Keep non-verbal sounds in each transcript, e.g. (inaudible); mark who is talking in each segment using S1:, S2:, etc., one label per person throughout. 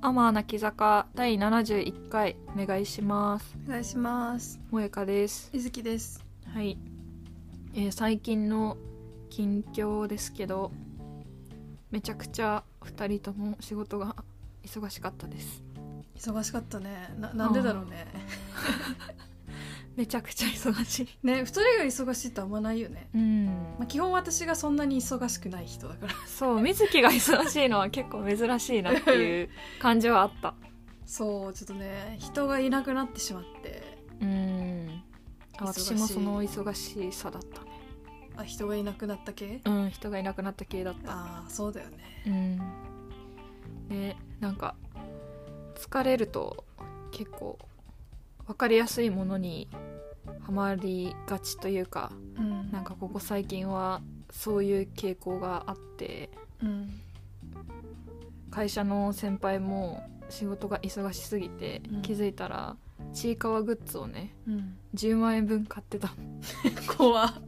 S1: アマー泣き坂第71回お願いします
S2: お願いします
S1: 萌香です
S2: いずきです
S1: はい、えー最近の近況ですけどめちゃくちゃ2人とも仕事が忙しかったです
S2: 忙しかったねななんでだろうね (laughs)
S1: めちゃくちゃ忙しい
S2: ね二人が忙しいってあんまないよね、
S1: うん
S2: まあ、基本私がそんなに忙しくない人だから (laughs)
S1: そう水木が忙しいのは結構珍しいなって (laughs) いう感じはあった
S2: そうちょっとね人がいなくなってしまって
S1: うんあ
S2: 忙し
S1: 私
S2: い
S1: もその忙しさだったね
S2: あ人がいなくなった系
S1: うん人がいなくなった系だった
S2: ああそうだよね
S1: うんでなんか疲れると結構分かりやすいものにはまりがちというか
S2: うん
S1: なんかここ最近はそういう傾向があって
S2: うん
S1: 会社の先輩も仕事が忙しすぎて
S2: うん
S1: 気づいたらちいかわグッズをね
S2: うん
S1: 10万円分買ってた
S2: 怖っ (laughs)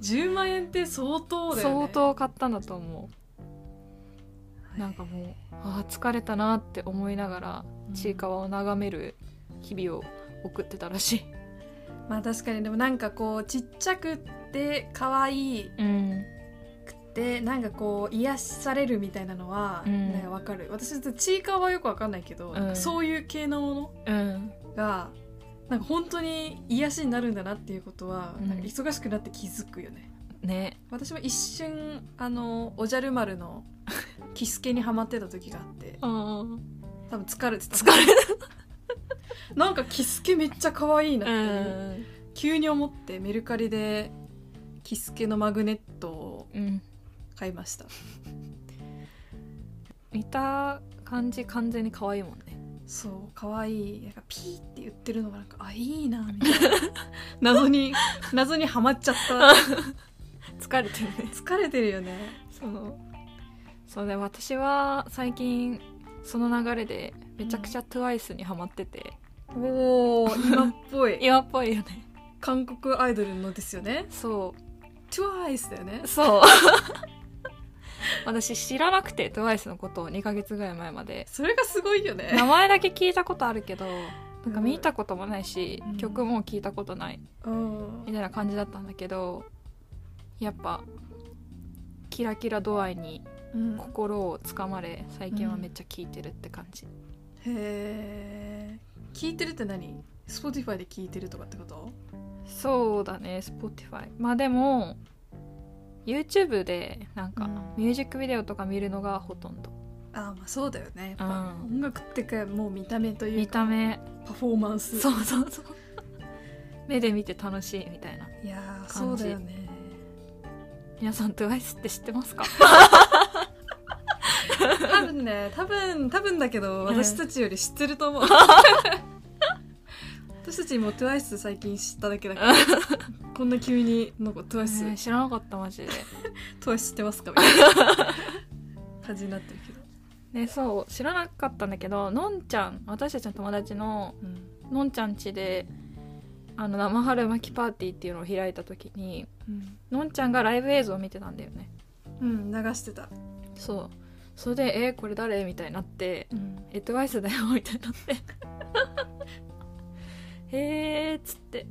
S2: 10万円って相当だよね
S1: 相当買ったんだと思うなんか
S2: は
S1: もうあー疲れたなって思いながら
S2: い
S1: ちいかわを眺める日々を送ってたらしい
S2: まあ確かにでもなんかこうちっちゃくって可愛い
S1: うん
S2: でなんかこう癒されるみたいなのは、
S1: うん
S2: なんかわかる私ちょっとちいかわはよくわかんないけど、
S1: ん
S2: なんかそういう系のも
S1: うん
S2: のがなんか本当に癒しになるんだなっていうことは、
S1: うん
S2: なんか忙しくなって気づくよね
S1: ね
S2: 私も一瞬あのおじゃる
S1: (laughs)
S2: 丸のキスケにハマってた時があって
S1: うん
S2: 多分疲れてた
S1: 疲れ
S2: なんかキスケめっちゃ可愛いな
S1: た
S2: って、急に思ってメルカリでキスケのマグネットを
S1: うん
S2: 買いました
S1: 見た感じ完全に可愛いもんね
S2: そう可愛いなんかピーって言ってるのがなんかあいいなみたいな (laughs) 謎に謎にはまっちゃった
S1: 疲れてるね
S2: (laughs) 疲れてるよね
S1: そうそうで私は最近その流れでめちゃくちゃ TWICE にハマってて、
S2: おお今っぽい
S1: 今っぽいよね
S2: 韓国アイドルのですよね
S1: そ
S2: TWICE だよね
S1: うそう (laughs) 私知らなくて TWICE のことを2ヶ月ぐらい前まで
S2: それがすごいよね
S1: 名前だけ聞いたことあるけどなんか見
S2: う
S1: たこともないし、
S2: うん
S1: 曲も聞いたことない
S2: うん
S1: みたいな感じだったんだけどやっぱキラキラ度合いに
S2: うんへ
S1: 心をつかまれ最近はめっちゃ聴いてるって感じ、
S2: え聞いてるって何 Spotify で聞いてるとかってこと
S1: そうだね Spotify まあでも YouTube でなんか
S2: うん
S1: ミュージックビデオとか見るのがほとんど、
S2: あーまあそうだよねやっぱ
S1: うん
S2: 音楽ってかもう見た目という
S1: 見
S2: か
S1: た目
S2: パフォーマンス
S1: そうそうそう (laughs) 目で見て楽しいみたいない
S2: やーそ
S1: 感
S2: う
S1: じ
S2: だよね
S1: 皆さん TWICE って知ってます (laughs) か
S2: 多分ね多分多分だけど
S1: うん
S2: 私たちより知ってると思う私たちも TWICE 最近知っただけだからこんな急になんか
S1: えー
S2: TWICE
S1: 知らなかったマジで
S2: TWICE 知ってますかみたいな感じになってるけど、
S1: ねそう知らなかったんだけどのんちゃん私たちの友達の
S2: うん
S1: のんちゃん家であの生春巻きパーティーっていうのを開いた時に
S2: うん
S1: のんちゃんがライブ映像を見てたんだよね
S2: うん、流してた、
S1: そうそれで「えこれ誰?」みたいになって「エトワイスだよ」みたいになって (laughs) 「へえ」っつって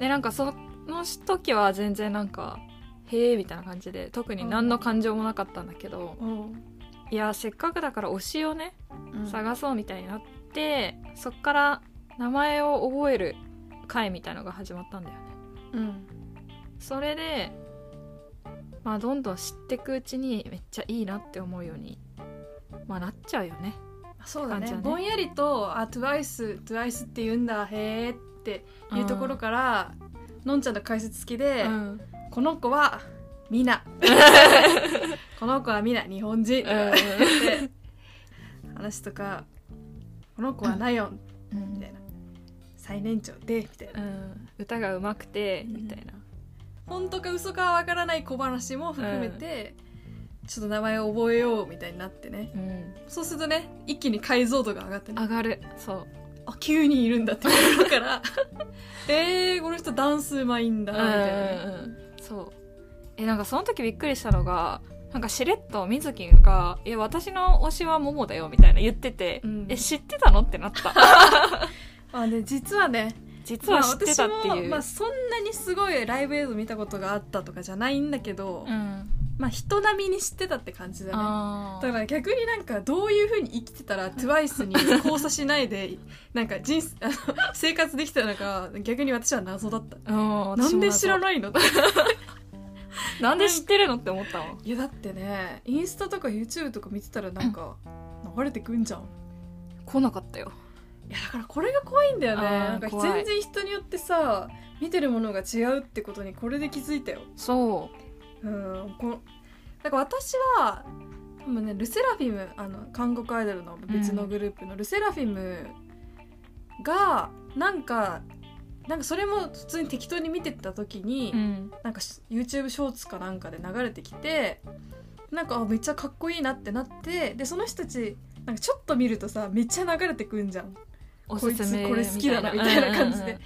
S1: でなんかその時は全然なんか「へえ」みたいな感じで特に何の感情もなかったんだけど
S2: うん
S1: いやせっかくだから推しをね探そうみたいになってそっから名前を覚える会みたいのが始まったんだよね
S2: うん
S1: それでまあどんどん知ってくうちにめっちゃいいなって思うようにまあなっちゃうよね
S2: そうだ
S1: 感
S2: ね
S1: じはね
S2: ぼんやりと「あ TWICE」「TWICE」って言うんだへーっていうところ
S1: か
S2: から、のんちゃんの解説付きで、
S1: うん
S2: この子はミナ (laughs) この子はミナ日本人、って話とかこの子はナヨンみたいな最年長でみたいな
S1: うん歌がうまくてみたいな、
S2: 本当か嘘かわからない小話も含めて、ちょっと名前を覚えようみたいになってね
S1: うん
S2: そうするとね一気に解像度が上がってね
S1: 上がるそう
S2: あ急にいるんだって思うから (laughs) えー、この人ダンスうまいんだみたいなね、
S1: うんそうえなんかその時びっくりしたのがなんかしれっと水木が「え私の推しはモモだよ」みたいな言ってて「
S2: うん
S1: え知ってたの?」ってなった
S2: (laughs) まあね実はね
S1: 実は知ってたって
S2: まあ私
S1: い
S2: も、
S1: う、
S2: まあ、そんなにすごいライブ映像見たことがあったとかじゃないんだけど、
S1: うん
S2: まあ人並みに知ってたって感じだね
S1: あ
S2: だ
S1: ー
S2: から逆になんかどういうふうに生きてたら TWICE に交差しな
S1: (laughs)
S2: いでなんか人生あ (laughs) の生活できたのか逆に私は謎だった
S1: うん
S2: な
S1: 私も
S2: んで知らないの (laughs) って
S1: なんで知ってるのって思ったの
S2: いやだってねインスタとか YouTube とか見てたらなんか流れてくんじゃん
S1: 来なかったよ
S2: いやだからこれが怖いんだよね
S1: あー
S2: なんか
S1: 怖い
S2: 全然人によってさ見てるものが違うってことにこれで気づいたよ
S1: そ
S2: うんこなんか私は多分ねルセラフィムあの韓国アイドルの別のグループのルセラフィムがなんかなんかそれも普通に適当に見てた時に、
S1: う、うん、
S2: なんかし YouTube ショーツかなんかで流れてきてなんかあめっちゃかっこいいなってなってでその人たちなんかちょっと見るとさめっちゃ流れてくんじゃん
S1: おすすめ
S2: こいつこれ好きだなみたいな感じで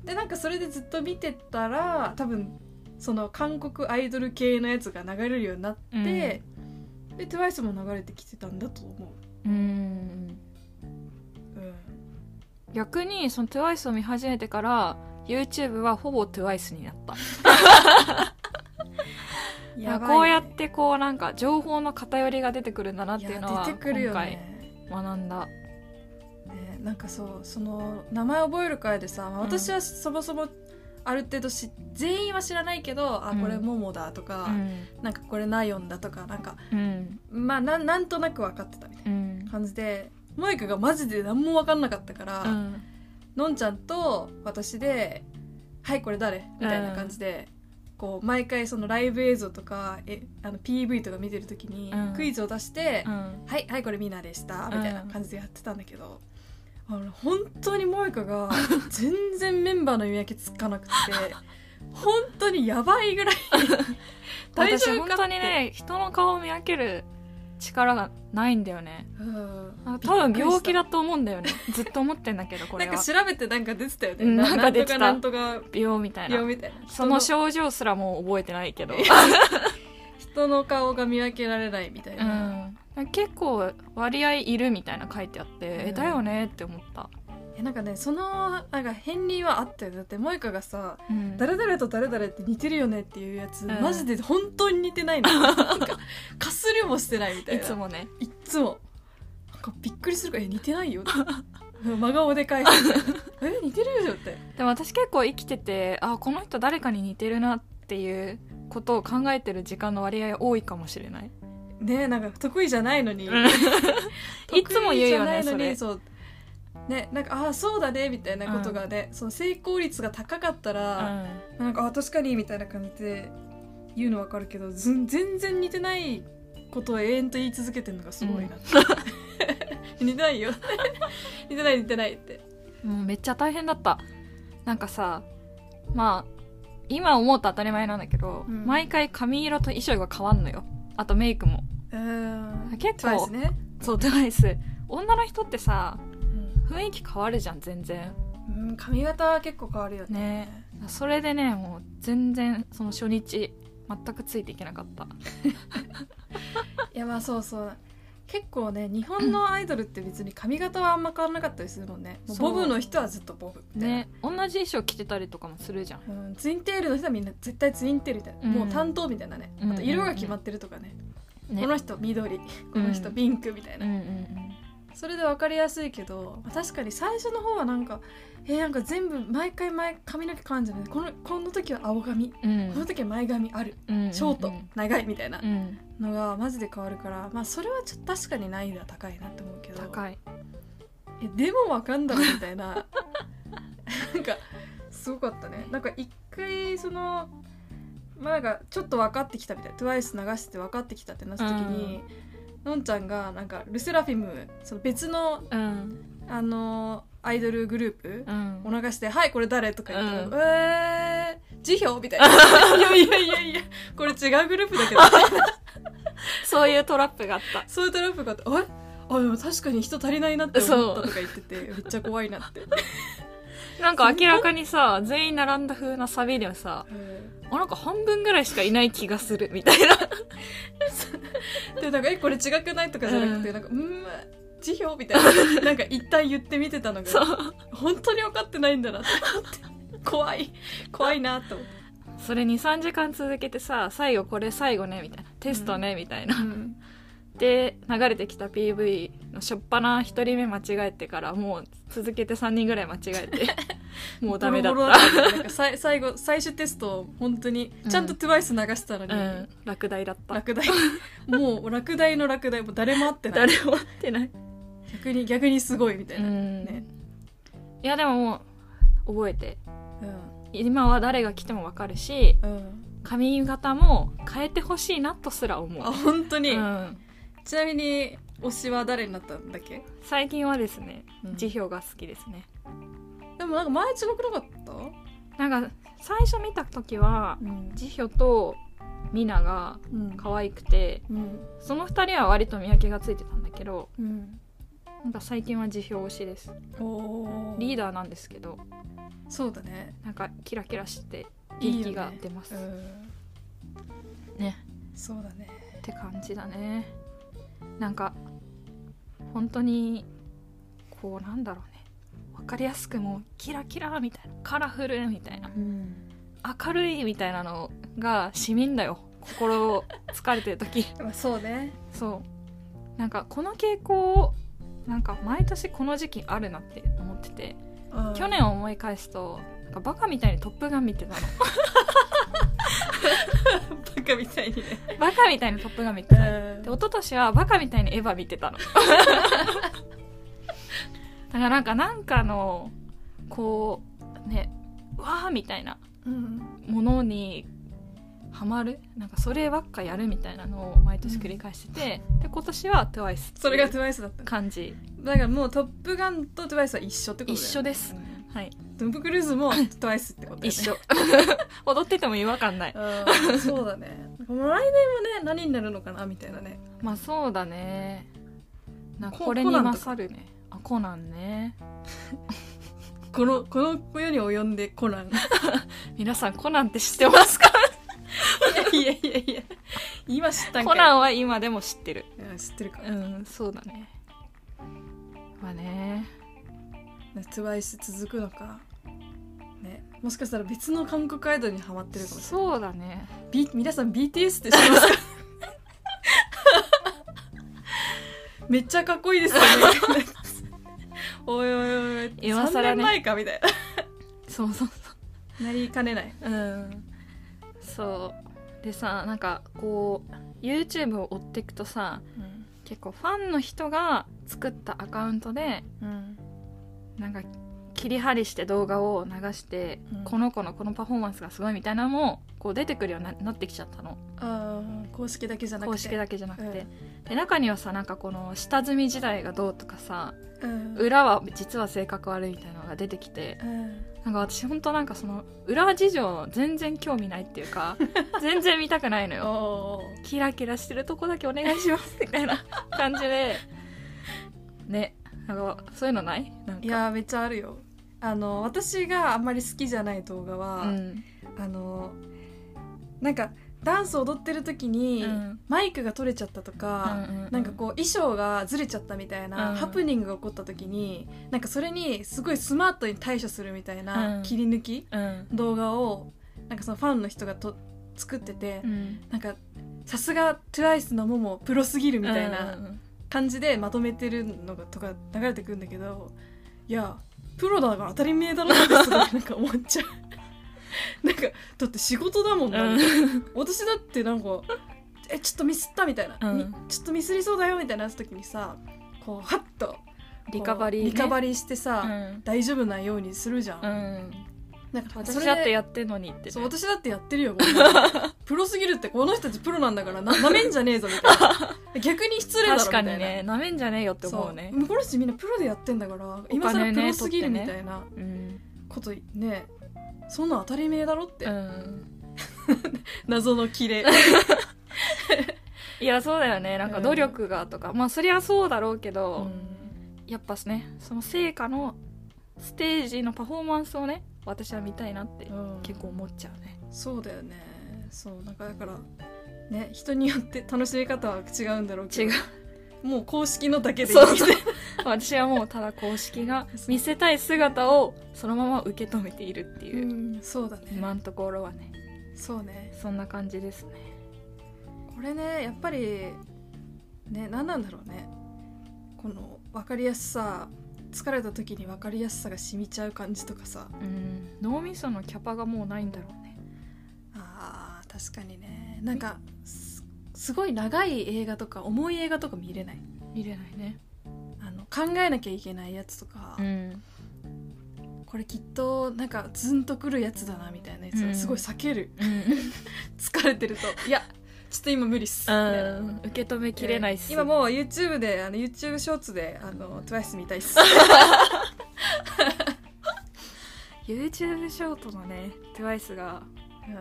S1: うん
S2: でなんかそれでずっと見てたら多分その韓国アイドル系のやつが流れるようになって、
S1: うん
S2: で TWICE も流れてきてたんだと思
S1: うんうんうん
S2: う、うん、
S1: 逆にその TWICE を見始めてから YouTube はほぼ TWICE になった
S2: やばいね
S1: こうやってこうなんか情報の偏りが出てくるんだなっていうの
S2: いや
S1: は
S2: 出てくる
S1: 今
S2: よ
S1: 回
S2: ね
S1: 学んだ
S2: ねなんかそうその名前覚える会でさ、まあ
S1: うん
S2: 私はそもそもある程度し全員は知らないけど、あ
S1: うん
S2: これモモだとか、
S1: うん
S2: なんかこれナヨンだとかなんか
S1: うん
S2: まあなんなんとなく分かってたみたい
S1: うん
S2: な感じでモイカがマジで何も分かんなかったから、
S1: うん
S2: のんちゃんと私で「はいこれ誰?」みたいな感じで、こう毎回そのライブ映像とかえあの PV とか見てる時に
S1: うん
S2: クイズを出して「
S1: うん
S2: はいはいこれミナでした」
S1: うん
S2: みたいな感じでやってたんだけど。あの本当に萌歌
S1: (laughs)
S2: が全然メンバーの見分けつかなくて本当にやばいぐらい
S1: (laughs)
S2: 大
S1: 私
S2: 丈夫
S1: 本
S2: か
S1: 当にね人の顔を見分ける力がないんだよね
S2: うん
S1: あ多分病気
S2: びっくりした
S1: だと思うんだよね (laughs) ずっと思ってんだけどこれ
S2: なん
S1: は
S2: か調べてなんか出てたよね、
S1: うん
S2: な
S1: なんん
S2: か
S1: か
S2: 出
S1: 出て
S2: てた
S1: た
S2: なんとか
S1: 病みたい
S2: 病
S1: な
S2: みたいな
S1: その症状すらもう覚えてないけど
S2: 人の顔が見分けられないみたいな、
S1: (laughs) うん、結構割合いるみたいな書いてあって、
S2: ん
S1: えだよねって思った、
S2: いやなんかねそのなんか片鱗はあったよだって萌歌がさ
S1: うん
S2: 誰々と誰々って似てるよねっていうやつ、
S1: ん
S2: マジで本当に似て
S1: (laughs)
S2: ないのなんかかすりもしてないみたい
S1: い
S2: ない
S1: つもね
S2: いっつもなんかびっくりするから「え似てないよ」って真顔で返すみたいな (laughs) 「え似てるよ」って
S1: でも私結構生きててあこの人誰かに似てるなっていうことを考えてる時間の割合多いかもしれない
S2: ねなんか (laughs) 得意じゃないのに
S1: うんいつも言うよね
S2: 得意じゃないのに
S1: そ
S2: そうねなんかああそうだねみたいなことがね、その成功率が高かった
S1: う
S2: ら、
S1: ん
S2: なんかあ確かにみたいな感じで言うの分かるけどずん全然似てないことを永遠と言い続けてるのがすごいな、 (laughs) 似てないよ似てない似てないって
S1: もうめっちゃ大変だったなんかさまあ今思うと当たり前なんだけど、
S2: うん
S1: 毎回髪色と衣装が変わんのよあとメイクも
S2: うん
S1: 結構
S2: そうですね、
S1: そうデバイス女の人ってさ
S2: うん
S1: 雰囲気変わるじゃん全然
S2: うん、髪型は結構変わるよね
S1: ねそれでねもう全然その初日全くついていけなかった
S2: いやまあそうそう結構ね日本のアイドルって別に髪型はあんま変わらなかったりするもんねもう
S1: そう
S2: ボブの人はずっとボブみたいな、
S1: ね同じ衣装着てたりとかもするじゃん
S2: うん、ツインテールの人はみんな絶対ツインテールみたいな、
S1: うん
S2: もう担当みたいなねあと色が決まってるとかね、
S1: ね
S2: この人緑この人ピンクみたいな、
S1: うんうんうん
S2: それで分かりやすいけどまあ確かに最初の方はなんかえーなんか全部毎回毎髪の毛変わるんじゃないこのこの時は青髪
S1: うん
S2: この時は前髪ある
S1: うんうんうん
S2: ショート長いみたいな
S1: うん
S2: のがマジで変わるからまあそれはちょっと確かに難易度は高いなって思うけど
S1: 高い
S2: えでもわかんだろみたいななんかすごかったねなんか一回そのまあなんかちょっと分かってきたみたい TWICE 流して分かってきたってなった時に、のんちゃんがなんかルセラフィムその別の、
S1: うん
S2: あのーアイドルグループ
S1: うん
S2: お流して「はいこれ誰?」とか言って
S1: うん
S2: も「えー辞表?」みたいな「いやいやいやいやこれ違うグループ
S1: (laughs)
S2: だけど」
S1: そういうトラップがあった
S2: そういうトラップがあって「あれあでも確かに人足りないなって思った」とか言っててめっちゃ怖
S1: (laughs)
S2: いなって。
S1: なんか明らかにさ全員並んだ風なサビではさ
S2: うん
S1: あなんか半分ぐらいしかいない気がするみたいな
S2: でなんか「えこれ違くない?」とかじゃなくて、
S1: う
S2: なんか「うーん辞表」みた
S1: (laughs)
S2: いななんか一旦言ってみてた
S1: (laughs)
S2: の
S1: そ
S2: が
S1: う
S2: 本当に分かってないんだなって思って怖い怖いなと思って、
S1: それ23時間続けてさ最後これ最後ねみたいなテストね、みたいなで流れてきた PV の初っ端1人目間違えてからもう続けて3人ぐらい間違え (laughs) てもうダメだっ
S2: ボロボロ
S1: た
S2: ったなんかさい最後最終テストを本当にちゃんと TWICE 流したのに、
S1: うん落第だった (laughs)
S2: 落第もう落第の落第もう誰も会ってない
S1: 誰も会ってない、
S2: 逆に逆にすごいみたいな、ね
S1: いやでももう覚えて
S2: うん
S1: 今は誰が来ても分かるし
S2: うん
S1: 髪型も変えてほしいなとすら思う
S2: あ本当に、
S1: うん
S2: ちなみに推しは誰になったんだっけ、
S1: 最近はですね
S2: うん
S1: 辞表が好きですね
S2: でもなんか前違くなかった、
S1: なんか最初見た時は
S2: うん
S1: 辞表とミナが
S2: うん
S1: 可愛くて
S2: うん
S1: その2人は割と見分けがついてたんだけど
S2: うん
S1: なんか最近は辞表推しです
S2: お
S1: リー
S2: ダ
S1: ダーなんですけど
S2: ーそうだね
S1: なんかキラキラして
S2: いいよね
S1: 元気が出ます
S2: うん
S1: ね
S2: そうだね
S1: って感じだねなんか本当にこうなんだろうね分かりやすくもうキラキラみたいなカラフルみたいな
S2: うん
S1: 明るいみたいなのがしみんだよ心を疲れてる時
S2: まあそうね
S1: そうなんかこの傾向なんか毎年この時期あるなって思ってて去年を思い返すとなんかバカみたいに「トップガン」見てたの
S2: バカみたいにね
S1: バカみたいに「トップガン」見てたので一昨年はバカみたいにエヴァ見てたのだからなんかなんかのこうねうわーみたいな
S2: うん
S1: ものにハマるなんかそればっかやるみたいなのを毎年繰り返してて、で今年は TWICE っていう
S2: それが TWICE だった
S1: 感じ
S2: だからもう「トップガン」と TWICE は一緒ってことだよね
S1: 一緒です
S2: うん
S1: はい
S2: トム・クルーズも TWICE ってことだよね
S1: 一緒 (laughs) 踊ってても違和感ない
S2: うんそうだねもう来年もね何になるのかなみたいなね
S1: まあそうだねなんか
S2: コ
S1: これに
S2: コナンとか
S1: 勝るねあコナンね
S2: このこの世に及んでコナン
S1: 皆さんコナンって知ってますか
S2: (laughs) いやいやいやいや今知った
S1: (laughs)
S2: んかい
S1: コナンは今でも知ってる
S2: いや知ってるか
S1: うんそうだねまあね
S2: トゥワイス続くのかねもしかしたら別の韓国アイドルにハマってるかもしれない
S1: そうだね
S2: B 皆さん BTS って知ってますか (laughs) めっちゃかっこいいですよね (laughs) おいおいおいおい
S1: 今更ね
S2: 3年前かみたい
S1: そうそう
S2: ななりかねない
S1: そううんそうでさなんかこう YouTube を追っていくとさ
S2: うん、
S1: 結構ファンの人が作ったアカウントで
S2: うん、
S1: なんか切り張りして動画を流して、
S2: うん
S1: この子のこのパフォーマンスがすごいみたいなのもこう出てくるようにななってきちゃったの
S2: あー公式だけじゃなくて
S1: 公式だけじゃなくて、
S2: う
S1: で中にはさなんかこの下積み時代がどうとかさ
S2: うん
S1: 裏は実は性格悪いみたいなのが出てきて
S2: うん
S1: なんか私本当なんかその裏事情全然興味ないっていう
S2: (laughs)
S1: か全然見たくないのよ
S2: おー
S1: キラキラしてるとこだけお願いしますみたい (laughs) な感じでねなんかそういうのないなんか
S2: いやーめっちゃあるよあの私があんまり好きじゃない動画は、
S1: うん
S2: あのなんかダンス踊ってる時に、
S1: うん
S2: マイクが取れちゃったとか、なんかこう衣装がずれちゃったみたいな、
S1: うん
S2: ハプニングが起こった時になんかそれにすごいスマートに対処するみたいな
S1: うん
S2: 切り抜き、
S1: ううん
S2: 動画をなんかそのファンの人がと作ってて、
S1: うん
S2: なんかさすが TWICE のももプロすぎるみたいな
S1: うん
S2: 感じでまとめてるのがとか流れてくるんだけどいやプロだから当たり前だろってすごいなんか思っちゃう (laughs) なんかだって仕事だもんな、
S1: うん
S2: みたいな私だってなんか「えちょっとミスった」みたいな、
S1: うん
S2: みちょっとミスりそうだよ」みたいな時にさこうハッとこう
S1: リカバリーね
S2: リカバリーしてさ、
S1: うん
S2: 大丈夫なようにするじゃん、
S1: うん
S2: なんかそ
S1: 私
S2: れ
S1: だってやってんのにってね
S2: そう (laughs) 私だってやってるよこんなのプロすぎるってこの人たちプロなんだからななめんじゃねえぞみたい
S1: (laughs)
S2: な逆に失礼だろみ
S1: 確
S2: た
S1: か
S2: いな
S1: にねなめんじゃねえよって思うね
S2: そ向こうの人みんなプロでやってんだから今更プロすぎるみたいな
S1: うん
S2: ことねそんなん当たり前だろって、
S1: うん
S2: 謎の
S1: (laughs)
S2: キレ
S1: いやそうだよねなんか努力がとか、まあそりゃそうだろうけど、やっぱねその成果のステージのパフォーマンスをね私は見たいなって
S2: うん
S1: 結構思っちゃうね、
S2: そうだよねそうなんかだからね人によって楽しみ方は違うんだろうけ
S1: 違う
S2: どもう公式のだけでいい
S1: そうそう私はもうただ公式が見せたい姿をそのまま受け止めているっていう、
S2: うんそうだね、
S1: 今のところはね
S2: そうね
S1: そんな感じですね
S2: これねやっぱりね何なんだろうねこの分かりやすさ疲れた時に分かりやすさが染みちゃう感じとかさ
S1: うん脳みそのキャパがもうないんだろうね
S2: あー確かにねなんかすすごい長い映画とか重い映画とか見れない
S1: 見れないね
S2: あの考えなきゃいけないやつとか、
S1: ん
S2: これきっとなんかズンとくるやつだなみたいなやつ
S1: う
S2: は
S1: ん
S2: すごい避ける、
S1: (laughs) うん
S2: 疲れてると「いやちょっと今無理っす」みたいな
S1: 受け止めきれないっす、
S2: 今もう YouTube であの YouTube ショーツであの TWICE 見たいっ
S1: (laughs)
S2: す
S1: YouTube ショートのね TWICE が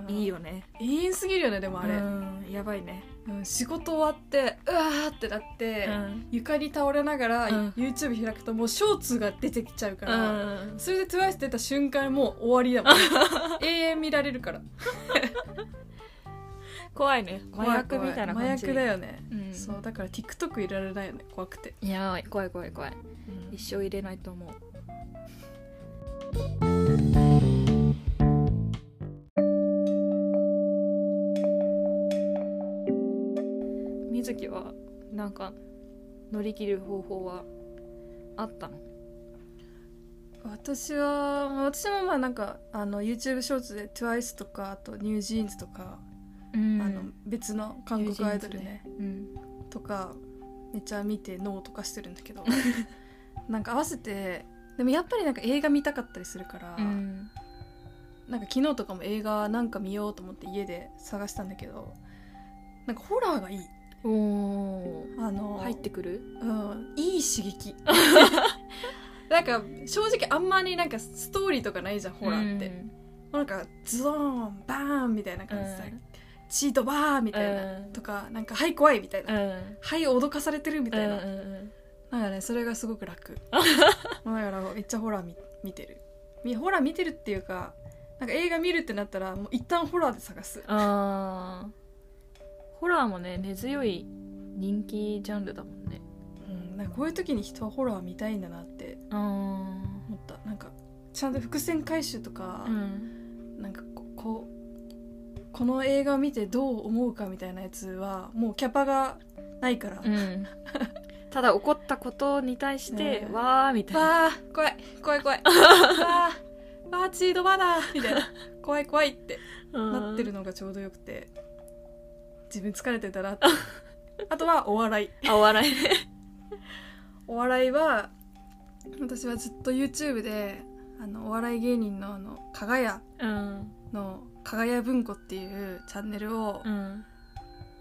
S1: いいよね
S2: 永遠すぎるよねでもあ
S1: あ
S2: れ
S1: れ、、やばいね、
S2: うん仕事終わってうわーってなって、床に倒れながら、
S1: うん
S2: YouTube 開くともうショーツが出てきちゃうから、
S1: ん
S2: それで TWICE 出た瞬間もう終わりだも
S1: (laughs)
S2: ん永遠見られるから
S1: 怖いね麻薬みたいな感じ
S2: 麻薬だよね、
S1: うん
S2: そうだから TikTok 入れられないよね怖くて、
S1: いやー怖い怖い怖い一生入れないと思うみずきはなんか乗り切る方法はあったの
S2: 私はまあ私もまあなんかあの YouTube ショーツで TWICE とかあとニュージーンズとか、あ
S1: あ
S2: の
S1: の
S2: 別の韓国アイドルね
S1: うん
S2: とかめっちゃ見て脳とかしてるんだ
S1: (laughs)
S2: けどなんか合わせてでもやっぱりなんか映画見たかったりするから、
S1: うん
S2: なんか昨日とかも映画なんか見ようと思って家で探したんだけどなんかホラーがいい
S1: お
S2: あの
S1: お入ってくる
S2: うん、いい刺
S1: (laughs)
S2: 激なんか正直あんまりなんかストーリーとかないじゃんホラーって、もうなんかズドーンバーンみたいな感じさ、
S1: うん
S2: チートバーンみたいな、
S1: うん
S2: とかなんかはい怖いみたいな、
S1: ん
S2: はい脅かされてるみたいな、
S1: ん
S2: なんかねそれがすご
S1: (laughs)
S2: く楽もうだからめっちゃホラー見見てるみホラー見てるっていうかなんか映画見るってなったらもう一旦ホラーで探す
S1: あーホラーもね根強い人気ジャンルだもんね
S2: うん、なんかこういう時に人はホラー見たいんだなって
S1: あ
S2: 思ったなんかちゃんと伏線回収とか、
S1: うん
S2: なんかここうこの映画を見てどう思うかみたいなやつはもうキャパがないから、わ
S1: うん、ただ怒ったことに対して、
S2: うん
S1: わーみたいな
S2: あ怖い怖い
S1: (laughs)
S2: 怖いわあわあチードバナーみたいな怖い怖いってなってる
S1: の
S2: のがちょうどよくて自分疲れてたなって
S1: (laughs)
S2: あとはお笑い
S1: あお笑いね
S2: お笑いは私はずっと YouTube であのお笑い芸人のあの加賀屋
S1: うん
S2: の加賀屋文庫っていうチャンネルを
S1: うん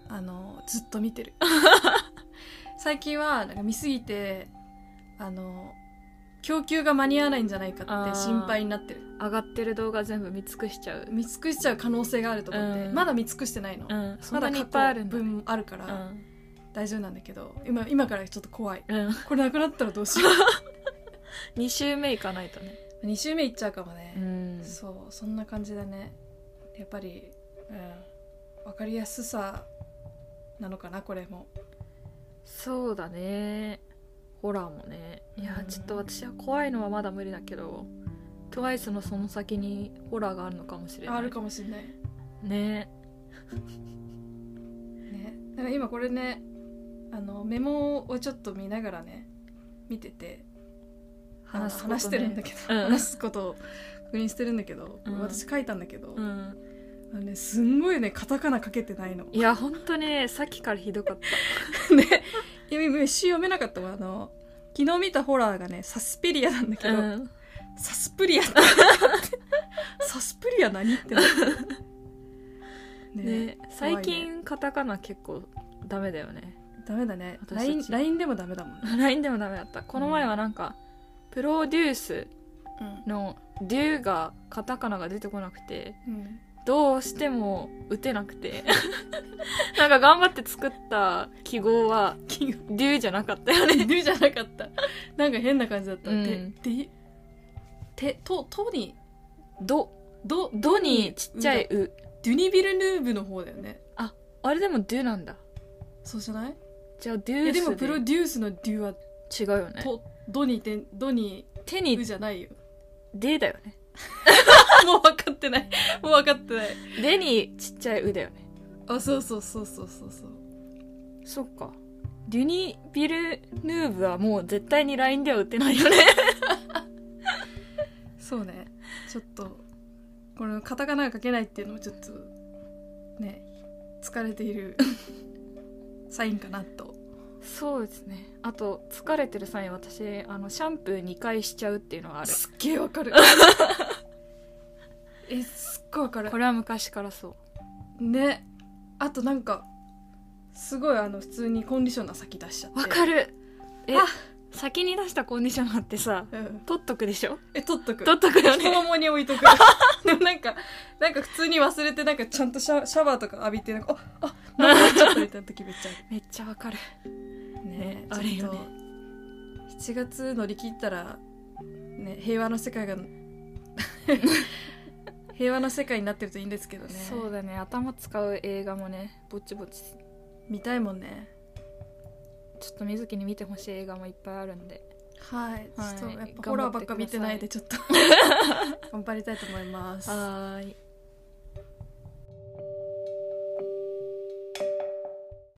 S2: あのずっと見て
S1: (laughs)
S2: る最近はなんか見すぎてあの供給が間に合わないんじゃないか
S1: あ
S2: って
S1: ー
S2: 心配になってる
S1: 上がってる動画全部見尽くしちゃう
S2: 見尽くしちゃう可能性があると思って、
S1: うん
S2: まだ見尽くしてないの、
S1: うんそ
S2: ま
S1: んな
S2: だ
S1: にい
S2: 過
S1: っぱいあ
S2: 去
S1: るんだね
S2: 分あるから、
S1: うん
S2: 大丈夫なんだけど今今からちょっと怖い
S1: うん
S2: これなくなったらどうしよ
S1: 2週目いかないとね (laughs)
S2: う2週目いっちゃうかもね、
S1: ん
S2: そうそんな感じだねやっぱり、うん、分かりやすさなのかなこれも
S1: そうだねホラーもねいや
S2: うん
S1: ちょっと私は怖いのはまだ無理だけど TWICE のその先にホラーがあるのかもしれない
S2: あるかもしれない
S1: ね
S2: ね、だから今これねあのメモをちょっと見ながらね見てて
S1: 話すことね
S2: あの話してるんだけど、
S1: うん
S2: 話すことを確認してるんだけど、
S1: うん
S2: 私書いたんだけど、
S1: うん
S2: あのね、すんごいねカタカナ書けてないの。
S1: いや本当ねさっきからひどかった
S2: ねいや今詩読めなかったわあの昨日見たホラーがねサスペリアなんだけど、
S1: うん
S2: サスプリアサスプリア何って
S1: (laughs)
S2: なってね
S1: ね、最近カタカナ結構ダメだよね (laughs)
S2: ダメだね
S1: 私たち
S2: LINE LINE でもダメだもんね、
S1: LINE でもダメだったこの前はなんか、プロデュースの「デュ」がカタカナが出てこなくて
S2: うん
S1: どうしても打てなくて (laughs) なんか頑張って作った記号 (laughs) は「デュ」じゃなかった (laughs) よね
S2: 犬じゃなかったなんか変な感じだった、
S1: うん
S2: ででてととに
S1: 「ド」
S2: ド
S1: 「ド」にちっちゃい「う
S2: デュニビルヌーブの方だよね」
S1: あれでも「デュ」なんだ
S2: そうじゃない
S1: じゃあ「デ
S2: い
S1: ュ
S2: や
S1: ース
S2: でもプロデュースのデュは
S1: 違うよね
S2: とドにてドに
S1: 手
S2: う
S1: に
S2: じゃないよ
S1: 「で」だよね
S2: (laughs) もう分かってないもう分かってない
S1: 「で」にちっちゃい「う」だよね
S2: あそうそうそうそうそうそう
S1: そっかデュニ・ビル・ヌーブはもう絶対に LINE では売ってないよね
S2: そうねちょっとこのカタカナが書けないっていうのもちょっとね疲れているサインかなと
S1: (laughs) そうですねあと疲れてる際私あのシャンプー2回しちゃうっていうのがある
S2: すっげえわか (laughs) るえすっごいわかる
S1: これは昔からそう
S2: ねあとなんかすごいあの普通にコンディショナー先出しちゃって
S1: わかるえ
S2: あ
S1: 先に出したコンディショナーってさ
S2: うん、
S1: 取っとくでしょ
S2: え取っと
S1: (laughs)
S2: く
S1: 取っとくよ
S2: 太
S1: ね
S2: ももに置
S1: (laughs)
S2: いとくでもなんかなんか普通に忘れてなんかちゃんとシャシャワーとか浴びてなんかああなんかちょっとみたいな時めっちゃある
S1: めっちゃわかる
S2: ね
S1: ね
S2: あ
S1: あ
S2: れ
S1: れ
S2: よ
S1: よ
S2: ね
S1: ね
S2: 7月乗り切ったら、ね、平和の世
S1: (laughs)
S2: 界が平和の世界になってるといいんですけどね
S1: そうだね頭使う映画もねぼちぼち
S2: 見たいもんね
S1: ちょっと水木に見てほしい映画もいっぱいあるんで
S2: はい、
S1: はい
S2: ちょっとやっぱホ
S1: 頑
S2: ラ
S1: 張
S2: ー
S1: って
S2: (laughs) ばっか見てないでちょっと頑張りたいと思います
S1: はーい